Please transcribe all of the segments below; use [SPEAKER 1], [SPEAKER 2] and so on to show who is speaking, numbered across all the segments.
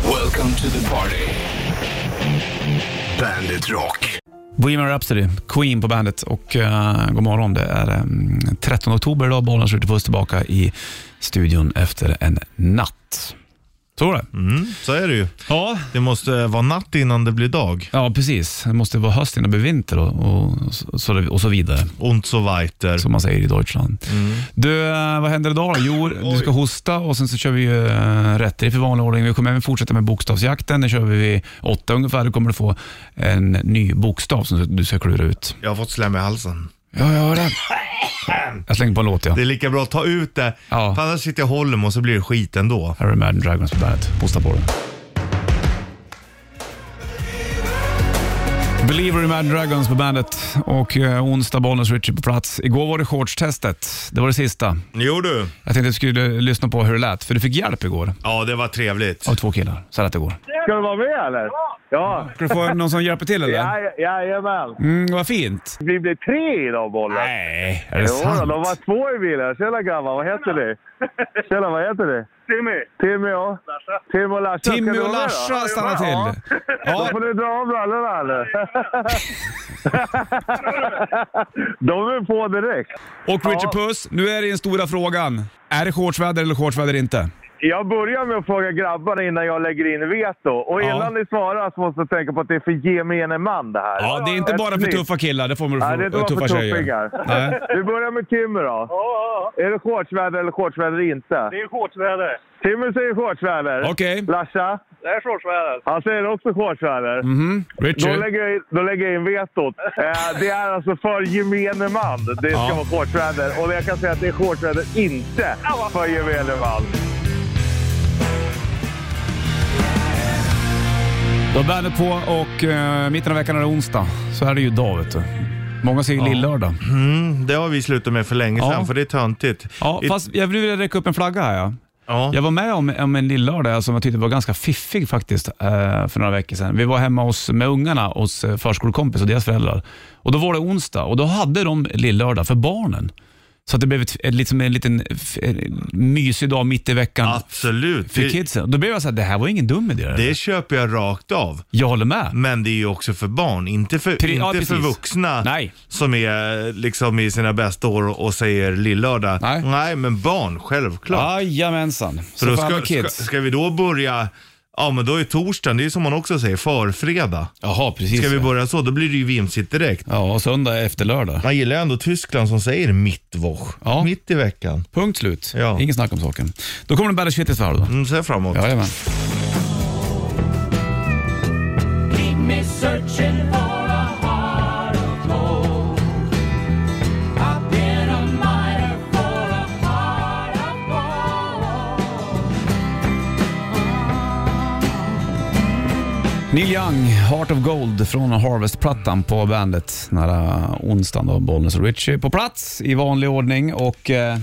[SPEAKER 1] Welcome to the party. Bandit Rock.
[SPEAKER 2] Bohemian Rhapsody, Queen på bandet och uh, god morgon. Det är um, 13 oktober idag. Bollen skjuter puss tillbaka i studion efter en natt. Tror det.
[SPEAKER 3] Mm, så är det ju.
[SPEAKER 2] Ja.
[SPEAKER 3] Det måste eh, vara natt innan det blir dag.
[SPEAKER 2] Ja, precis. Det måste vara höst innan det blir vinter och, och, så- så, och så vidare,
[SPEAKER 3] Und so weiter.
[SPEAKER 2] som man säger i Deutschland. Du, eh, vad händer idag då? Jo, du ska hosta och sen så kör vi ju eh, rättriff i vanlig ordning. Vi kommer även fortsätta med bokstavsjakten. Den kör vi vid åtta ungefär. Du kommer du få en ny bokstav som du ska klura ut.
[SPEAKER 3] Jag har fått slem i halsen.
[SPEAKER 2] Ja, jag hör det. Jag slänger på en låt, ja.
[SPEAKER 3] Det är lika bra att ta ut det.
[SPEAKER 2] Ja.
[SPEAKER 3] För Annars sitter jag och håller mig och så blir det skit ändå.
[SPEAKER 2] Här har du Imagine Dragons på bandet. Hosta på den. Believer Imagine Dragons på bandet och eh, onsdag Bollnäs Richie på plats. Igår var det shortstestet. Det var det sista.
[SPEAKER 3] Jo du.
[SPEAKER 2] Jag tänkte att vi skulle lyssna på hur det lät, för du fick hjälp igår
[SPEAKER 3] Ja, det var trevligt.
[SPEAKER 2] av två killar. Så här lät det igår.
[SPEAKER 4] Ska du vara med eller? Ja.
[SPEAKER 2] Ska du få någon som hjälper till eller?
[SPEAKER 4] Ja, jajamän.
[SPEAKER 2] Mm, vad fint.
[SPEAKER 4] Vi blev tre idag bollen.
[SPEAKER 2] Nej, är det
[SPEAKER 4] Jo, då,
[SPEAKER 2] sant?
[SPEAKER 4] de var två i bilen. Tjena grabbar, vad heter ni? Tjena, vad heter ni? Timmy. Timmy och? Timmy och Larsa. Ska
[SPEAKER 2] Timmy
[SPEAKER 4] ni
[SPEAKER 2] och
[SPEAKER 4] vara med då?
[SPEAKER 2] Larsa stannar till.
[SPEAKER 4] Då
[SPEAKER 2] Ja,
[SPEAKER 4] får ni dra av brallorna nu. de är på direkt.
[SPEAKER 2] och Richard Puss, nu är det den stora frågan. Är det shortsväder eller shortsväder inte?
[SPEAKER 4] Jag börjar med att fråga grabbarna innan jag lägger in veto. Och
[SPEAKER 2] Ja.
[SPEAKER 4] innan ni svarar så måste jag tänka på att det är för gemene man det här.
[SPEAKER 2] Ja, det är inte
[SPEAKER 4] Ett
[SPEAKER 2] bara för
[SPEAKER 4] snitt.
[SPEAKER 2] tuffa killar. Det får man
[SPEAKER 4] Nej, det är
[SPEAKER 2] för
[SPEAKER 4] inte bara
[SPEAKER 2] tuffa
[SPEAKER 4] för
[SPEAKER 2] tjejer.
[SPEAKER 4] tuffingar.
[SPEAKER 2] Nej.
[SPEAKER 4] Vi börjar med Timmy då. Är det shortsväder eller shortsväder inte?
[SPEAKER 5] Det är shortsväder.
[SPEAKER 4] Timmy säger shortsväder.
[SPEAKER 2] Okej.
[SPEAKER 4] Larsa?
[SPEAKER 5] Det är shortsväder.
[SPEAKER 4] Han säger också shortsväder.
[SPEAKER 2] Mhm.
[SPEAKER 4] Då,
[SPEAKER 2] Richard.
[SPEAKER 4] lägger jag in, då lägger jag in vetot. Eh, det är alltså för gemene man det ska
[SPEAKER 2] Ja.
[SPEAKER 4] vara shortsväder. Och jag kan säga att det är shortsväder inte för gemene man.
[SPEAKER 2] Då är bandet på och eh, mitten av veckan är det onsdag. Så är det ju idag vet du. Många säger lill-lördag.
[SPEAKER 3] Mm, det har vi slutat med för länge
[SPEAKER 2] Ja.
[SPEAKER 3] sedan, för det är töntigt.
[SPEAKER 2] Ja,
[SPEAKER 3] I-
[SPEAKER 2] fast jag vill räcka upp en flagga här. Ja.
[SPEAKER 3] ja.
[SPEAKER 2] Jag var med om, om en lill-lördag som jag tyckte var ganska fiffig faktiskt eh, för några veckor sedan. Vi var hemma hos, med ungarna hos eh, förskolekompis och deras föräldrar. Och Då var det onsdag och då hade de lill-lördag för barnen. Så att det blev ett, ett, liksom en liten f- en mysig dag mitt i veckan
[SPEAKER 3] Absolut.
[SPEAKER 2] för
[SPEAKER 3] Det,
[SPEAKER 2] kidsen. Då blev jag så här, det här var ingen dum idé.
[SPEAKER 3] det köper jag rakt av.
[SPEAKER 2] Jag håller med.
[SPEAKER 3] Men det är ju också för barn, inte för,
[SPEAKER 2] Pre- ja,
[SPEAKER 3] inte för
[SPEAKER 2] precis.
[SPEAKER 3] vuxna
[SPEAKER 2] Nej.
[SPEAKER 3] som är liksom i sina bästa år och säger lillördag.
[SPEAKER 2] Nej.
[SPEAKER 3] Nej, men barn, självklart.
[SPEAKER 2] Jajamensan.
[SPEAKER 3] Så
[SPEAKER 2] Så
[SPEAKER 3] då
[SPEAKER 2] för alla
[SPEAKER 3] ska, ska,
[SPEAKER 2] kids.
[SPEAKER 3] ska vi då börja, ja men då är torsdagen, det är ju som man också säger, förfredag.
[SPEAKER 2] Jaha, precis.
[SPEAKER 3] Ska vi
[SPEAKER 2] ja.
[SPEAKER 3] börja så, då blir det ju vimsigt direkt.
[SPEAKER 2] Ja, och söndag är efter lördag.
[SPEAKER 3] Man gillar ändå Tyskland som säger mittwoch,
[SPEAKER 2] Ja.
[SPEAKER 3] mitt i veckan.
[SPEAKER 2] Punkt slut.
[SPEAKER 3] Ja.
[SPEAKER 2] Inget snack om saken. Då kommer det Bandit Shitties varv då.
[SPEAKER 3] Mm, så här framåt.
[SPEAKER 2] Jajamän.
[SPEAKER 6] keep me searching for a heart of gold. I've been a miner for a heart of gold.
[SPEAKER 2] Neil Young, Heart of Gold från Harvest-plattan på bandet. Nära onsdagen då, Bollnäs och Richie på plats i vanlig ordning och... Eh...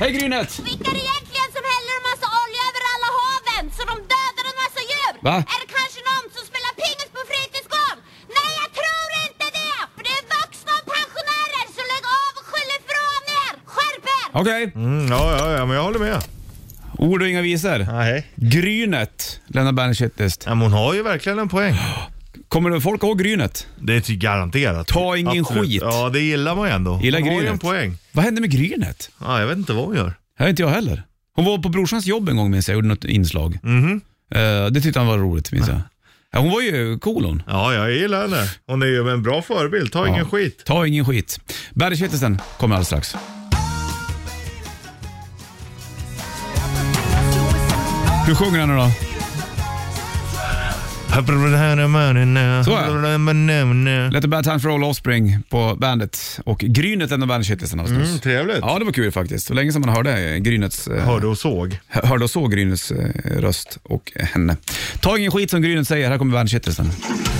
[SPEAKER 2] Hej Grynet!
[SPEAKER 7] Vilka är det egentligen som häller en massa olja över alla haven så de dödar en massa djur?
[SPEAKER 2] Va?
[SPEAKER 7] Är det kanske någon som spelar pingis på fritidsgården? Nej, jag tror inte det! För det är vuxna och pensionärer, så lägg av och skyll ifrån er! Skärp er!
[SPEAKER 2] Okej,
[SPEAKER 3] Mm, ja, ja, ja, men jag håller med.
[SPEAKER 2] ord och inga visor.
[SPEAKER 3] Nej.
[SPEAKER 2] Grynet lämnar Bandit Shitlist.
[SPEAKER 3] Ja, men hon har ju verkligen en poäng.
[SPEAKER 2] Kommer du- folk ihåg Grynet?
[SPEAKER 3] Det är ty- garanterat.
[SPEAKER 2] Ta ingen skit.
[SPEAKER 3] Ja, det gillar man ju ändå.
[SPEAKER 2] Gillar
[SPEAKER 3] hon har ju
[SPEAKER 2] grynet.
[SPEAKER 3] en poäng.
[SPEAKER 2] Vad hände med Grynet?
[SPEAKER 3] Ja, jag vet inte vad hon gör.
[SPEAKER 2] Ja, inte jag heller. Hon var på brorsans jobb en gång minns jag, gjorde något inslag.
[SPEAKER 3] Mhm.
[SPEAKER 2] Eh, det tyckte han var roligt minns jag. Ja, hon var ju cool hon.
[SPEAKER 3] Ja, jag gillar henne. Hon är ju en bra förebild. Ta ingen skit.
[SPEAKER 2] Ta ingen skit. Bergkittelsen kommer alldeles strax. Hur sjunger han nu då? Så
[SPEAKER 3] Mm,
[SPEAKER 2] Let the bad times roll offspring på bandet och Grynet lämnar Bergkittelsen alldeles nyss.
[SPEAKER 3] trevligt.
[SPEAKER 2] Ja, det var kul faktiskt. Det var länge sedan man hörde Grynets... eh,
[SPEAKER 3] Mm. Hörde och såg.
[SPEAKER 2] hörde och såg Grynets eh, röst och henne. Ta ingen skit som Grynet säger, här kommer Bandit-kittelsen.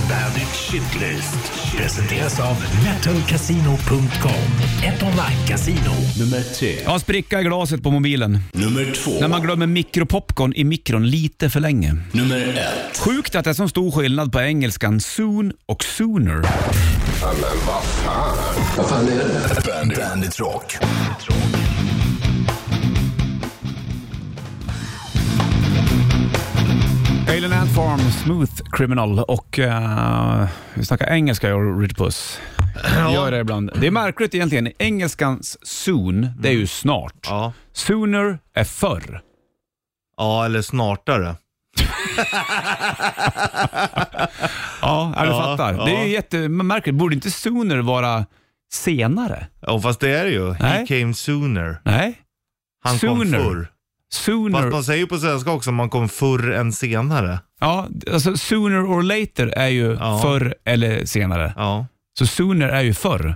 [SPEAKER 1] Bandit Shitlist.
[SPEAKER 8] Presenteras av metalcasino.com. Ett online-casino.
[SPEAKER 1] Nummer tre.
[SPEAKER 2] Ja, spricka i glaset på mobilen.
[SPEAKER 1] Nummer
[SPEAKER 2] När
[SPEAKER 1] två.
[SPEAKER 2] man glömmer mikropopcorn i mikron lite för länge.
[SPEAKER 1] Nummer ett.
[SPEAKER 2] Sjukt att det är så stor skillnad på engelskan soon och sooner.
[SPEAKER 1] Bandit, Bandit Rock.
[SPEAKER 2] Alien Ant Farm, Smooth Criminal och eh, vi snackar engelska jag och Richard Puss. Jag gör det ibland. Det är märkligt egentligen. Engelskans soon, det är ju snart.
[SPEAKER 3] Ja.
[SPEAKER 2] Sooner är förr.
[SPEAKER 3] ja, eller snartare.
[SPEAKER 2] Ja, ja du
[SPEAKER 3] Ja,
[SPEAKER 2] fattar. Det är
[SPEAKER 3] ja.
[SPEAKER 2] ju jättemärkligt. Borde inte sooner vara senare?
[SPEAKER 3] Ja, fast det är det ju.
[SPEAKER 2] Nej.
[SPEAKER 3] He came sooner.
[SPEAKER 2] Nej.
[SPEAKER 3] Han
[SPEAKER 2] Sooner.
[SPEAKER 3] kom förr. Fast
[SPEAKER 2] Sooner,
[SPEAKER 3] man säger ju på svenska också man kom förr än senare.
[SPEAKER 2] ja, alltså sooner or later är ju
[SPEAKER 3] Ja.
[SPEAKER 2] förr eller senare.
[SPEAKER 3] Ja.
[SPEAKER 2] Så sooner är ju förr.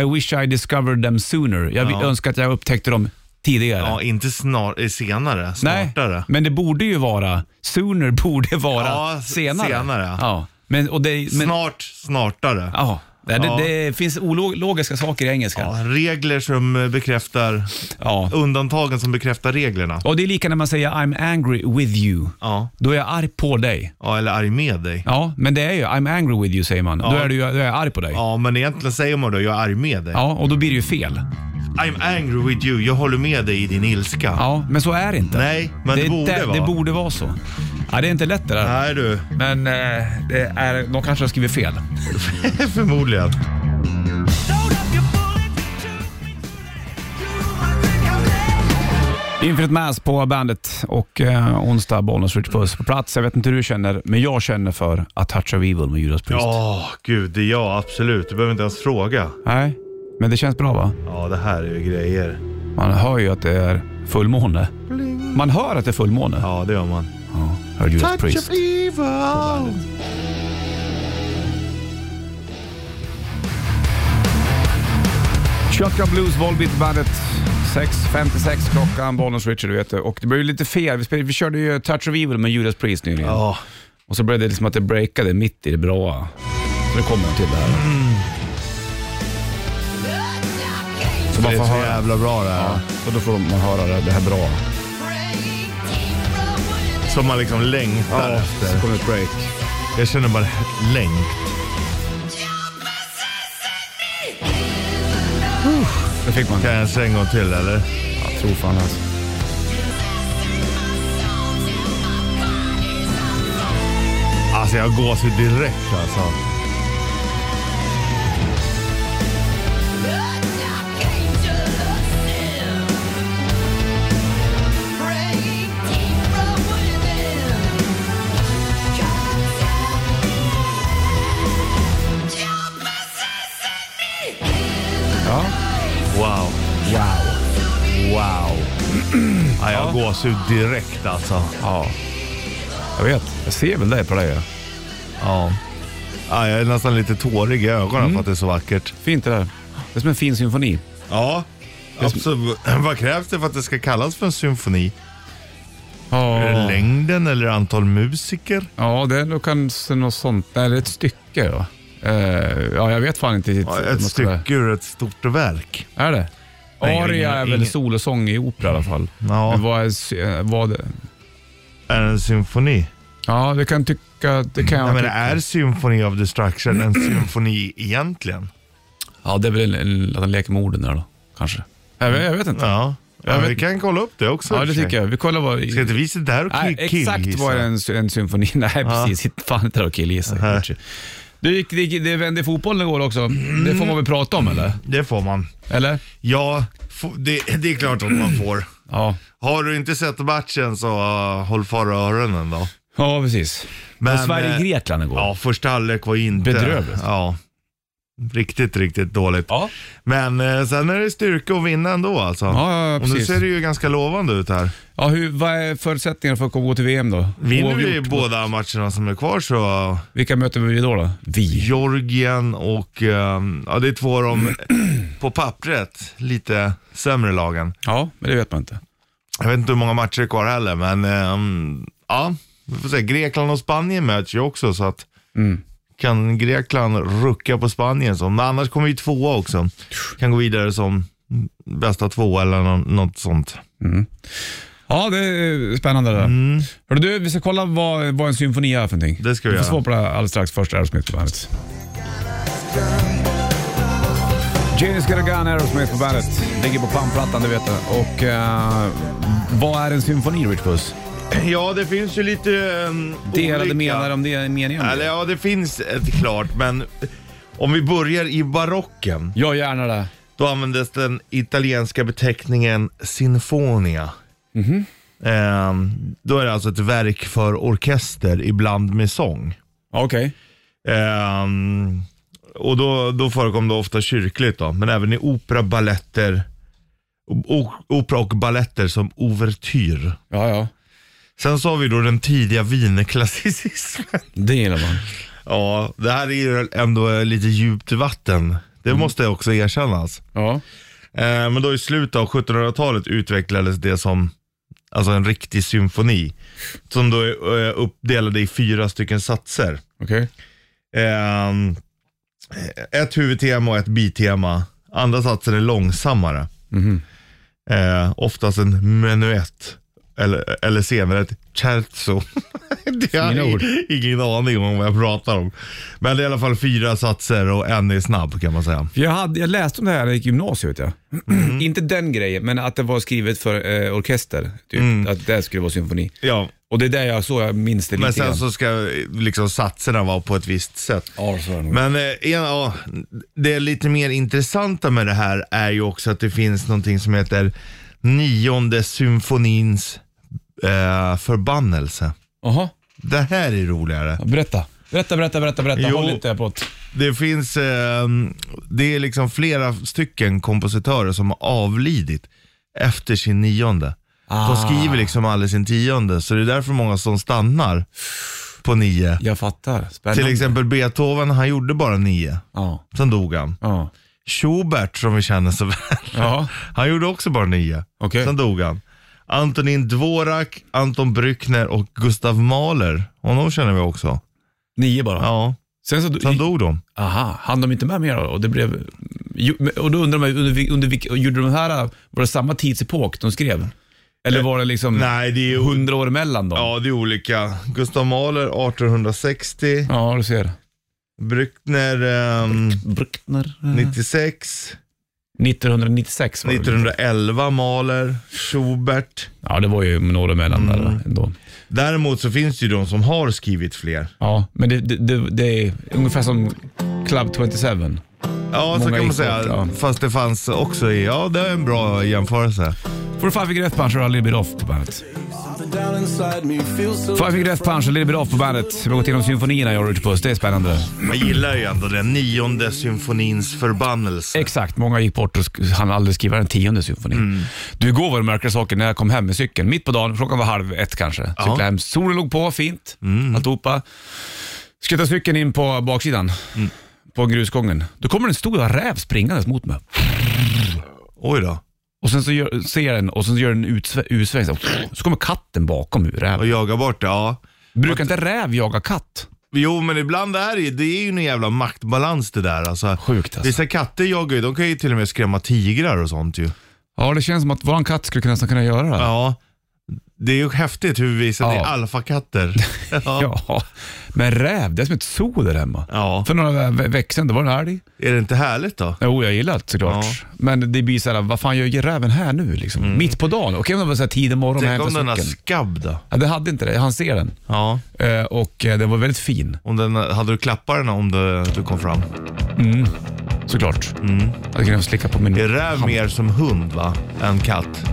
[SPEAKER 2] I wish I discovered them sooner. Jag
[SPEAKER 3] Ja.
[SPEAKER 2] önskar att jag upptäckte dem tidigare.
[SPEAKER 3] Ja, inte snar- eh, senare,
[SPEAKER 2] Nej,
[SPEAKER 3] smartare.
[SPEAKER 2] men det borde ju vara, sooner borde vara
[SPEAKER 3] Ja,
[SPEAKER 2] senare.
[SPEAKER 3] senare.
[SPEAKER 2] Ja, men, och det, men,
[SPEAKER 3] Snart, snartare. Ja.
[SPEAKER 2] ja, det, det,
[SPEAKER 3] Ja.
[SPEAKER 2] det finns ologiska saker i engelska. Ja.
[SPEAKER 3] regler som eh, bekräftar, undantagen som bekräftar reglerna.
[SPEAKER 2] Och det är lika när man säger I'm angry with you.
[SPEAKER 3] Ja,
[SPEAKER 2] Då är jag arg på dig.
[SPEAKER 3] ja eller arg med dig.
[SPEAKER 2] Ja, men det är ju I'm angry with you säger man. Då, är du, då är jag arg på dig. Ja.
[SPEAKER 3] Ja, men egentligen säger man då jag är arg med dig.
[SPEAKER 2] och då blir det ju fel.
[SPEAKER 3] I'm angry with you, jag håller med dig i din ilska.
[SPEAKER 2] Ja, men så är det inte.
[SPEAKER 3] Nej, men det,
[SPEAKER 2] är
[SPEAKER 3] borde
[SPEAKER 2] där-
[SPEAKER 3] vara.
[SPEAKER 2] det borde vara så. Ja, det är inte lätt det där.
[SPEAKER 3] Nej du,
[SPEAKER 2] Men eh, det är, de kanske har skrivit fel.
[SPEAKER 3] förmodligen.
[SPEAKER 2] Infinite Mass på bandet och eh, onsdag Bollnäs Rich Puss på plats. Jag vet inte hur du känner, men jag känner för A Touch of Evil med Judas Priest.
[SPEAKER 3] Ja, gud, det är jag absolut. Du behöver inte ens fråga.
[SPEAKER 2] Nej, men det känns bra va?
[SPEAKER 3] Ja, det här är ju grejer.
[SPEAKER 2] Man hör ju att det är fullmåne. Man hör att det är fullmåne. Ja.
[SPEAKER 3] Ja, det gör man.
[SPEAKER 2] hör Judas Priest.
[SPEAKER 3] evil.
[SPEAKER 2] Shotgun Blues, Volbeat bandet. 6.56 klockan, Bollnäs Richard du vet det. Och det blev ju lite fel. Vi, spelade, vi körde ju A Touch of Evil med Judas Priest nyligen.
[SPEAKER 3] Ja,
[SPEAKER 2] Och så blev det liksom att det breakade mitt i det bra. Så nu kommer jag till det
[SPEAKER 3] Mm,
[SPEAKER 2] här. Så man
[SPEAKER 3] det
[SPEAKER 2] får
[SPEAKER 3] är så
[SPEAKER 2] höra.
[SPEAKER 3] jävla bra det här.
[SPEAKER 2] Så då får man höra det, det här bra.
[SPEAKER 3] Som man liksom längtar
[SPEAKER 2] Så
[SPEAKER 3] efter.
[SPEAKER 2] kommer ett break.
[SPEAKER 3] Jag känner bara längt.
[SPEAKER 2] Det fick man.
[SPEAKER 3] Kan jag säga en gång till eller?
[SPEAKER 2] Jag tror fan alltså.
[SPEAKER 3] Alltså jag gås ju direkt alltså.
[SPEAKER 2] Ja.
[SPEAKER 3] Wow.
[SPEAKER 2] Wow.
[SPEAKER 3] Wow. Ja, jag gås ju direkt alltså.
[SPEAKER 2] Ja. Jag vet. Jag ser väl det på dig. ja.
[SPEAKER 3] Ja. ja. Jag är nästan lite tårig i ögonen för att det är så vackert.
[SPEAKER 2] Fint det där. Det är som en fin symfoni.
[SPEAKER 3] Ja. Absolut. Vad krävs det för att det ska kallas för en symfoni? Är det
[SPEAKER 2] Ja.
[SPEAKER 3] längden eller antal musiker?
[SPEAKER 2] Ja, det är nog kanske något sånt. Nej, det är ett stycke. Ja, Eh, ja jag vet fan inte. riktigt
[SPEAKER 3] Ja,
[SPEAKER 2] vad
[SPEAKER 3] ett
[SPEAKER 2] man ska-
[SPEAKER 3] stycke ur ett stort verk.
[SPEAKER 2] Är det?
[SPEAKER 3] Nej, jag har
[SPEAKER 2] Aria
[SPEAKER 3] ingen-
[SPEAKER 2] är väl
[SPEAKER 3] ingen-
[SPEAKER 2] solosång i opera i alla fall.
[SPEAKER 3] Mm. Ja.
[SPEAKER 2] Men vad är... sy- eh, Vad,
[SPEAKER 3] Är det en symfoni?
[SPEAKER 2] ja, det kan tycka... typ Det kan jag
[SPEAKER 3] Nej, Mm. men
[SPEAKER 2] tycka.
[SPEAKER 3] är Symphony of Destruction en symfoni egentligen?
[SPEAKER 2] Ja, det är väl en, en, att han leker med orden där då, kanske. Jag, vet- jag vet inte.
[SPEAKER 3] Ja.
[SPEAKER 2] Jag
[SPEAKER 3] ja
[SPEAKER 2] vet
[SPEAKER 3] vi kan kolla upp det också.
[SPEAKER 2] Ja, det tycker jag. Vi kollar vad...
[SPEAKER 3] Ska inte vi sitta där och
[SPEAKER 2] Nej,
[SPEAKER 3] kill-
[SPEAKER 2] exakt vad är en, en symfoni... Nej, precis. Inte Fan inte att killgissa.
[SPEAKER 3] Nej.
[SPEAKER 2] Du, gick- det, gick- det vände i fotbollen igår också. Det får man väl prata om, eller?
[SPEAKER 3] Det får man.
[SPEAKER 2] Eller?
[SPEAKER 3] Ja, få- det, det är klart att man får.
[SPEAKER 2] Ja.
[SPEAKER 3] Har du inte sett matchen så uh, håll för öronen då.
[SPEAKER 2] Ja, precis. Men,
[SPEAKER 3] Men, eh,
[SPEAKER 2] Sverige-Grekland igår.
[SPEAKER 3] Ja, första halvlek var inte...
[SPEAKER 2] Bedrövligt.
[SPEAKER 3] Ja. Riktigt, riktigt dåligt.
[SPEAKER 2] Ja.
[SPEAKER 3] Men eh, sen är det styrka att vinna ändå alltså.
[SPEAKER 2] Ja, ja, ja,
[SPEAKER 3] och nu
[SPEAKER 2] precis.
[SPEAKER 3] ser det ju ganska lovande ut här.
[SPEAKER 2] Ja, hur, vad är förutsättningarna för att gå till VM då?
[SPEAKER 3] Vinner vi
[SPEAKER 2] Oavgjort.
[SPEAKER 3] båda matcherna som är kvar så
[SPEAKER 2] Vilka möter vi då? då? Vi?
[SPEAKER 3] Georgien och ehm, ja, det är två av de på pappret lite sämre lagen.
[SPEAKER 2] Ja, men det vet man inte.
[SPEAKER 3] Jag vet inte hur många matcher det är kvar heller, men ehm, ja, vi får se. Grekland och Spanien möts ju också så att
[SPEAKER 2] Mm.
[SPEAKER 3] kan Grekland rucka på Spanien så, men annars kommer ju tvåa också. Kan gå vidare som bästa två eller nå- något sånt.
[SPEAKER 2] Ja, det är spännande det där. Hörru du, vi ska kolla vad, vad en symfoni är för någonting.
[SPEAKER 3] Mm. Det ska vi
[SPEAKER 2] Vi får
[SPEAKER 3] göra.
[SPEAKER 2] svar på det här alldeles strax. Först Aerosmith på bandet. Janis Get a Gun, Aerosmith på bandet. Ligger på pamplattan, det vet du. Och eh, vad är en symfoni, Rich Puss?
[SPEAKER 3] Ja, det finns ju lite um,
[SPEAKER 2] Delade
[SPEAKER 3] olika.
[SPEAKER 2] meningar om det, meningar om
[SPEAKER 3] Eller
[SPEAKER 2] det.
[SPEAKER 3] ja, det finns ett klart, men om vi börjar i barocken.
[SPEAKER 2] Ja, gärna det.
[SPEAKER 3] Då användes den italienska beteckningen sinfonia. Ehm, då är det alltså ett verk för orkester, ibland med sång.
[SPEAKER 2] Okej.
[SPEAKER 3] Ehm, och då, då förekom det ofta kyrkligt då, men även i opera, balletter, o- opera och balletter som ouvertyr.
[SPEAKER 2] Ja, ja.
[SPEAKER 3] Sen så har vi då den tidiga wienerklassicismen.
[SPEAKER 2] Det gillar man.
[SPEAKER 3] Ja, det här är ju ändå lite djupt vatten. Det måste också erkännas.
[SPEAKER 2] Ja.
[SPEAKER 3] Eh, Men då i slutet av 1700-talet utvecklades det som alltså en riktig symfoni. Som då är eh, uppdelade i fyra stycken satser.
[SPEAKER 2] Okej.
[SPEAKER 3] Ehm, Ett huvudtema och ett bitema. Andra satsen är långsammare.
[SPEAKER 2] Mhm.
[SPEAKER 3] Eh, oftast en menuett. Eller, eller senare ett terzo. Det har
[SPEAKER 2] Fina ord.
[SPEAKER 3] jag ingen aning om vad jag pratar om. Men det är i alla fall fyra satser och en är snabb kan man säga.
[SPEAKER 2] För Jag, hade, jag läste om det här i gymnasiet. Ja.
[SPEAKER 3] Mm.
[SPEAKER 2] Inte den grejen, men att det var skrivet för eh, orkester. Typ. Att det skulle vara symfoni.
[SPEAKER 3] Ja,
[SPEAKER 2] Och det är där jag så jag minns det
[SPEAKER 3] Mm. men
[SPEAKER 2] lite grann.
[SPEAKER 3] sen så ska eh, liksom satserna vara på ett visst sätt.
[SPEAKER 2] Ja, så är det nog.
[SPEAKER 3] Men eh, en- ja, det lite mer intressanta med det här är ju också att det finns någonting som heter nionde symfonins eh, förbannelse.
[SPEAKER 2] Jaha,
[SPEAKER 3] Det här är roligare.
[SPEAKER 2] berätta. Berätta, berätta, berätta, berätta.
[SPEAKER 3] Jo.
[SPEAKER 2] Håll inte jag på ett...
[SPEAKER 3] Det finns, eh, det är liksom flera stycken kompositörer som har avlidit efter sin nionde. De skriver liksom aldrig sin tionde, så det är därför många som stannar på nio.
[SPEAKER 2] Jag fattar. Spännande.
[SPEAKER 3] Till exempel Beethoven, han gjorde bara nio.
[SPEAKER 2] Ja.
[SPEAKER 3] Sen dog han.
[SPEAKER 2] Ja.
[SPEAKER 3] Schubert som vi känner så väl.
[SPEAKER 2] Ja.
[SPEAKER 3] Han gjorde också bara nio.
[SPEAKER 2] Okej.
[SPEAKER 3] Sen dog han. Antonin Dvorak, Anton Brückner och Gustav Mahler. Honom känner vi också.
[SPEAKER 2] Nio bara.
[SPEAKER 3] Ja,
[SPEAKER 2] Sen så...
[SPEAKER 3] sen dog de.
[SPEAKER 2] Aha, hann de inte med mer då? Och, det blev... Jo, men- och då undrar man, under, vil- under, vilk- och gjorde de här, var det samma tidsepok de skrev?
[SPEAKER 3] Eh,
[SPEAKER 2] Eller var det liksom
[SPEAKER 3] Nej, det är ju...
[SPEAKER 2] hundra år emellan dem?
[SPEAKER 3] Ja, det är olika. Gustav Mahler 1860,
[SPEAKER 2] ja du ser.
[SPEAKER 3] Brückner ehm,
[SPEAKER 2] Bruckner. eh.
[SPEAKER 3] 96,
[SPEAKER 2] 1996 var det väl?
[SPEAKER 3] 1911 Mahler, Schubert.
[SPEAKER 2] Ja, det var ju några emellan där ändå.
[SPEAKER 3] Däremot så finns det ju de som har skrivit fler.
[SPEAKER 2] Ja, men det, det, det, det är ungefär som Club 27.
[SPEAKER 3] Ja, så
[SPEAKER 2] Många
[SPEAKER 3] kan man
[SPEAKER 2] gick
[SPEAKER 3] säga.
[SPEAKER 2] bort, ja.
[SPEAKER 3] Fast det fanns också i, ja det är en bra jämförelse.
[SPEAKER 2] Får du Five Finger Death Punch och A Little Bit Off på bandet. Five Finger Death Punch och A Little Bit Off på bandet. Vi har gått igenom symfonierna jag har på oss. Det är spännande.
[SPEAKER 3] Man gillar ju ändå den nionde symfonins förbannelse.
[SPEAKER 2] Exakt, många gick bort och sk- hann aldrig skriva den tionde symfonin. Du, igår var det mörkare saker när jag kom hem med cykeln. Mitt på dagen, klockan var halv ett kanske. Cyklade hem, solen låg på, fint, alltihopa. Skulle ta cykeln in på baksidan, på grusgången. Då kommer det en stor räv springandes mot mig.
[SPEAKER 3] Oj då.
[SPEAKER 2] Och sen så gör, ser jag den och sen så gör den en utsvä- utsväng. Så, så kommer katten bakom ur
[SPEAKER 3] Och
[SPEAKER 2] räven.
[SPEAKER 3] jaga bort det, ja.
[SPEAKER 2] Brukar inte räv jaga katt?
[SPEAKER 3] Jo, men ibland är det ju, det är ju en jävla maktbalans det där. Alltså,
[SPEAKER 2] Sjukt alltså.
[SPEAKER 3] Vissa katter jagar ju, de kan ju till och med skrämma tigrar och sånt ju.
[SPEAKER 2] Ja, det känns som att våran katt skulle kunna- nästan kunna göra det. Ja.
[SPEAKER 3] Ja. Det är ju häftigt hur vi visar att det
[SPEAKER 2] Ja.
[SPEAKER 3] är alfakatter. Ja.
[SPEAKER 2] Men räv, det är som ett zoo där hemma.
[SPEAKER 3] Ja.
[SPEAKER 2] För några ve- veckor sedan, då var det en älg.
[SPEAKER 3] Är det inte härligt då?
[SPEAKER 2] Jo, jag gillar det såklart.
[SPEAKER 3] Ja. Mm.
[SPEAKER 2] Men det blir såhär, vad fan gör räven här nu liksom? Mitt på dagen? Okej om det var såhär tidig morgon
[SPEAKER 3] Tänk
[SPEAKER 2] hem
[SPEAKER 3] om den
[SPEAKER 2] på
[SPEAKER 3] har
[SPEAKER 2] cykeln.
[SPEAKER 3] skabb då?
[SPEAKER 2] Ja, det hade inte det, han ser den.
[SPEAKER 3] Ja.
[SPEAKER 2] Eh, och eh, den var väldigt fin,
[SPEAKER 3] Om den, hade du klappat den om du, du kom fram?
[SPEAKER 2] såklart. Jag hade kunnat slicka på min...
[SPEAKER 3] Mm. Är räv mer som hund va? Än katt?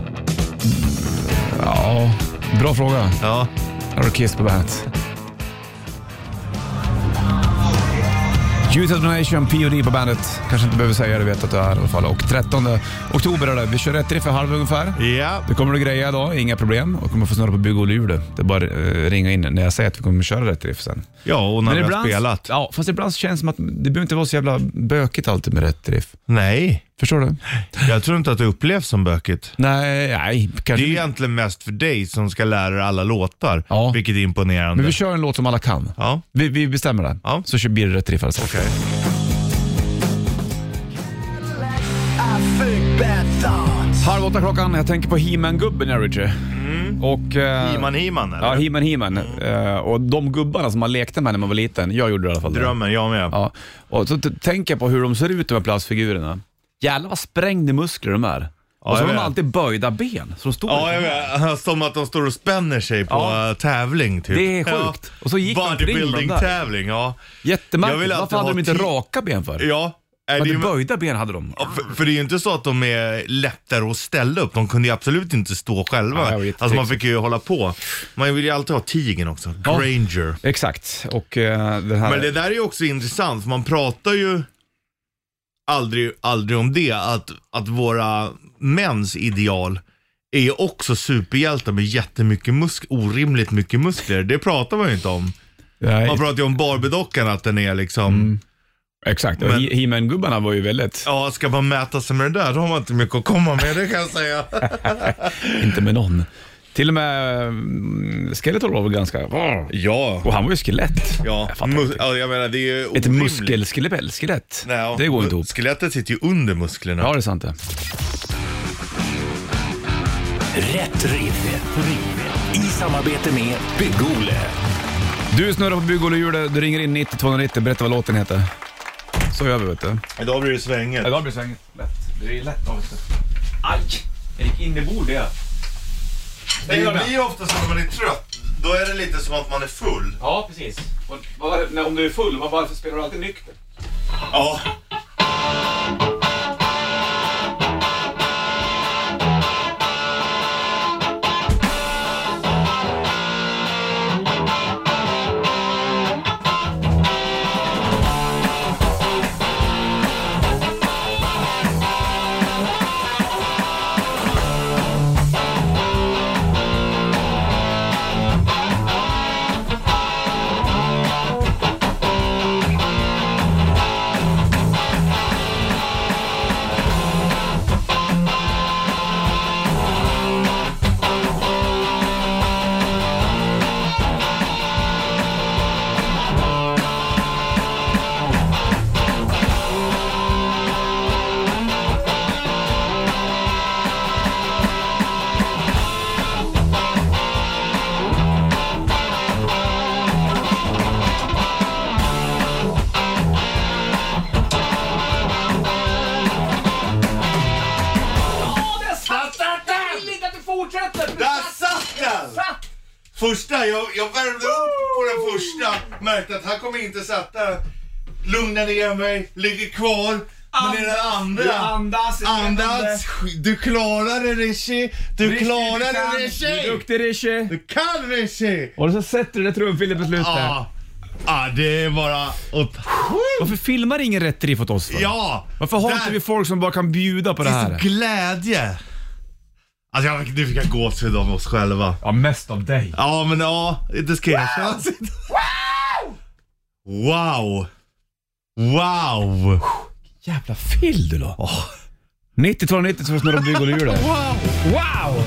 [SPEAKER 2] Ja, bra fråga.
[SPEAKER 3] Ja.
[SPEAKER 2] Här har du Kiss på bandet. Youth of the Nation, P.O.D. på bandet. Kanske inte behöver säga det, vet att det är i alla fall. Och 13 oktober är det. Vi kör rätt riff för halv ungefär.
[SPEAKER 3] Ja.
[SPEAKER 2] Det kommer du greja idag, inga problem. Och kommer få snurra på bygg och lur du. Det är bara eh, ringa in när jag säger att vi kommer köra rätt riff sen.
[SPEAKER 3] Ja, och när vi har spelat.
[SPEAKER 2] Ja, fast ibland så känns det som att det behöver inte vara så jävla bökigt alltid med rätt riff.
[SPEAKER 3] Nej,
[SPEAKER 2] Förstår du?
[SPEAKER 3] jag tror inte att det upplevs som bökigt.
[SPEAKER 2] Nej, nej.
[SPEAKER 3] Det
[SPEAKER 2] Kanske.
[SPEAKER 3] är ju egentligen mest för dig som ska lära dig alla låtar,
[SPEAKER 2] Ja.
[SPEAKER 3] vilket är imponerande.
[SPEAKER 2] Men vi kör en låt som alla kan.
[SPEAKER 3] Ja.
[SPEAKER 2] Vi, vi bestämmer det.
[SPEAKER 3] Ja.
[SPEAKER 2] Så kör- blir det rätt riff alltså.
[SPEAKER 3] Okej.
[SPEAKER 2] Halv åtta klockan, jag tänker på He-Man-gubben jag Richie. Och... eh,
[SPEAKER 3] He-Man, He-Man eller? Mm.
[SPEAKER 2] Ja, He-Man, He-Man. Eh, och de gubbarna som man lekte med när man var liten. Jag gjorde det i alla fall. det.
[SPEAKER 3] Drömmen, jag med.
[SPEAKER 2] Ja. Och så t- tänker jag på hur de ser ut de här plastfigurerna. Jävlar vad sprängda muskler de är. och så har
[SPEAKER 3] jag
[SPEAKER 2] de
[SPEAKER 3] vet.
[SPEAKER 2] alltid böjda ben, så de står
[SPEAKER 3] Ja, jag
[SPEAKER 2] liksom.
[SPEAKER 3] vet. Som att de står och spänner sig på
[SPEAKER 2] Ja.
[SPEAKER 3] eh, tävling typ.
[SPEAKER 2] Det är sjukt. Och så gick de omkring, de där.
[SPEAKER 3] Bodybuilding-tävling, ja. Jag vill
[SPEAKER 2] Jättemärkligt.
[SPEAKER 3] alltid
[SPEAKER 2] Varför hade
[SPEAKER 3] ha
[SPEAKER 2] de inte
[SPEAKER 3] ti-
[SPEAKER 2] raka ben för?
[SPEAKER 3] Ja. Nej,
[SPEAKER 2] hade
[SPEAKER 3] det är ju-
[SPEAKER 2] böjda ben hade de.
[SPEAKER 3] Ja, för, för det är ju inte så att de är lättare att ställa upp. De kunde ju absolut inte stå
[SPEAKER 2] Ja,
[SPEAKER 3] själva.
[SPEAKER 2] jag vet.
[SPEAKER 3] alltså man fick ju hålla på. Man vill ju alltid ha tigern också.
[SPEAKER 2] Ja.
[SPEAKER 3] Granger.
[SPEAKER 2] Exakt. Och eh, det här...
[SPEAKER 3] Men det där är ju också intressant, för man pratar ju aldrig, aldrig om det, att, att våra mäns ideal är ju också superhjältar med jättemycket musk, orimligt mycket muskler. Det pratar man ju inte om.
[SPEAKER 2] Nej,
[SPEAKER 3] Man pratar ju om Barbie-dockan, att den är liksom,
[SPEAKER 2] Mm. exakt. Och
[SPEAKER 3] Men-
[SPEAKER 2] He- He-Man-gubbarna var ju väldigt...
[SPEAKER 3] ja ska man mäta sig med det där, då har man inte mycket att komma med, det kan jag säga.
[SPEAKER 2] Inte med någon. Till och med mm, Skeletor var väl ganska...
[SPEAKER 3] ja.
[SPEAKER 2] Och han var ju skelett.
[SPEAKER 3] Ja,
[SPEAKER 2] Jag fattar
[SPEAKER 3] mus-
[SPEAKER 2] inte.
[SPEAKER 3] ja, jag menar det är ju
[SPEAKER 2] Ett
[SPEAKER 3] orimligt.
[SPEAKER 2] muskelskelett.
[SPEAKER 3] Nej, ja.
[SPEAKER 2] Det går inte ihop.
[SPEAKER 3] Skelettet sitter ju under musklerna.
[SPEAKER 2] Ja, det är sant det.
[SPEAKER 8] Rätt riff. I samarbete med
[SPEAKER 1] Bygg-Ole.
[SPEAKER 2] Du snurrar på bygghjulet, du ringer in 90 290, berätta vad låten heter. Så gör vi vet du.
[SPEAKER 3] Idag blir det svänget.
[SPEAKER 2] Idag blir svänget lätt. Det är lätt av Aj! Jag gick in i bordet jag.
[SPEAKER 3] Det blir ju ofta så när man är trött. Då är det lite som att man är full.
[SPEAKER 2] Ja, precis. om du är full, varför spelar du alltid nykter?
[SPEAKER 3] Ja. Där satt den! Första, jag, jag värmde upp på den första. Märkte att han kommer inte sätta den. Lugna ner mig, ligger kvar. Men i den andra. Du andas. Andas. Du klarar det Rishi. Du klarar det Rishi.
[SPEAKER 2] Duktig Rishi!
[SPEAKER 3] Du kan Rishi.
[SPEAKER 2] Och så sätter du det trumfillet på slutet.
[SPEAKER 3] Ja. Ja, det är bara åt...
[SPEAKER 2] Varför filmar ingen rätt riff åt oss? För?
[SPEAKER 3] Ja!
[SPEAKER 2] Varför har
[SPEAKER 3] Där-
[SPEAKER 2] inte vi folk som bara kan bjuda på det
[SPEAKER 3] Det är
[SPEAKER 2] här?
[SPEAKER 3] så glädje. Alltså jag, nu fick jag gåshud av oss själva.
[SPEAKER 2] Ja, mest av dig.
[SPEAKER 3] Ja men ja, det ska erkännas. Wow! Wow!
[SPEAKER 2] Jävla fill du då. 90 290 som snurrar på bygghjulet. Wow!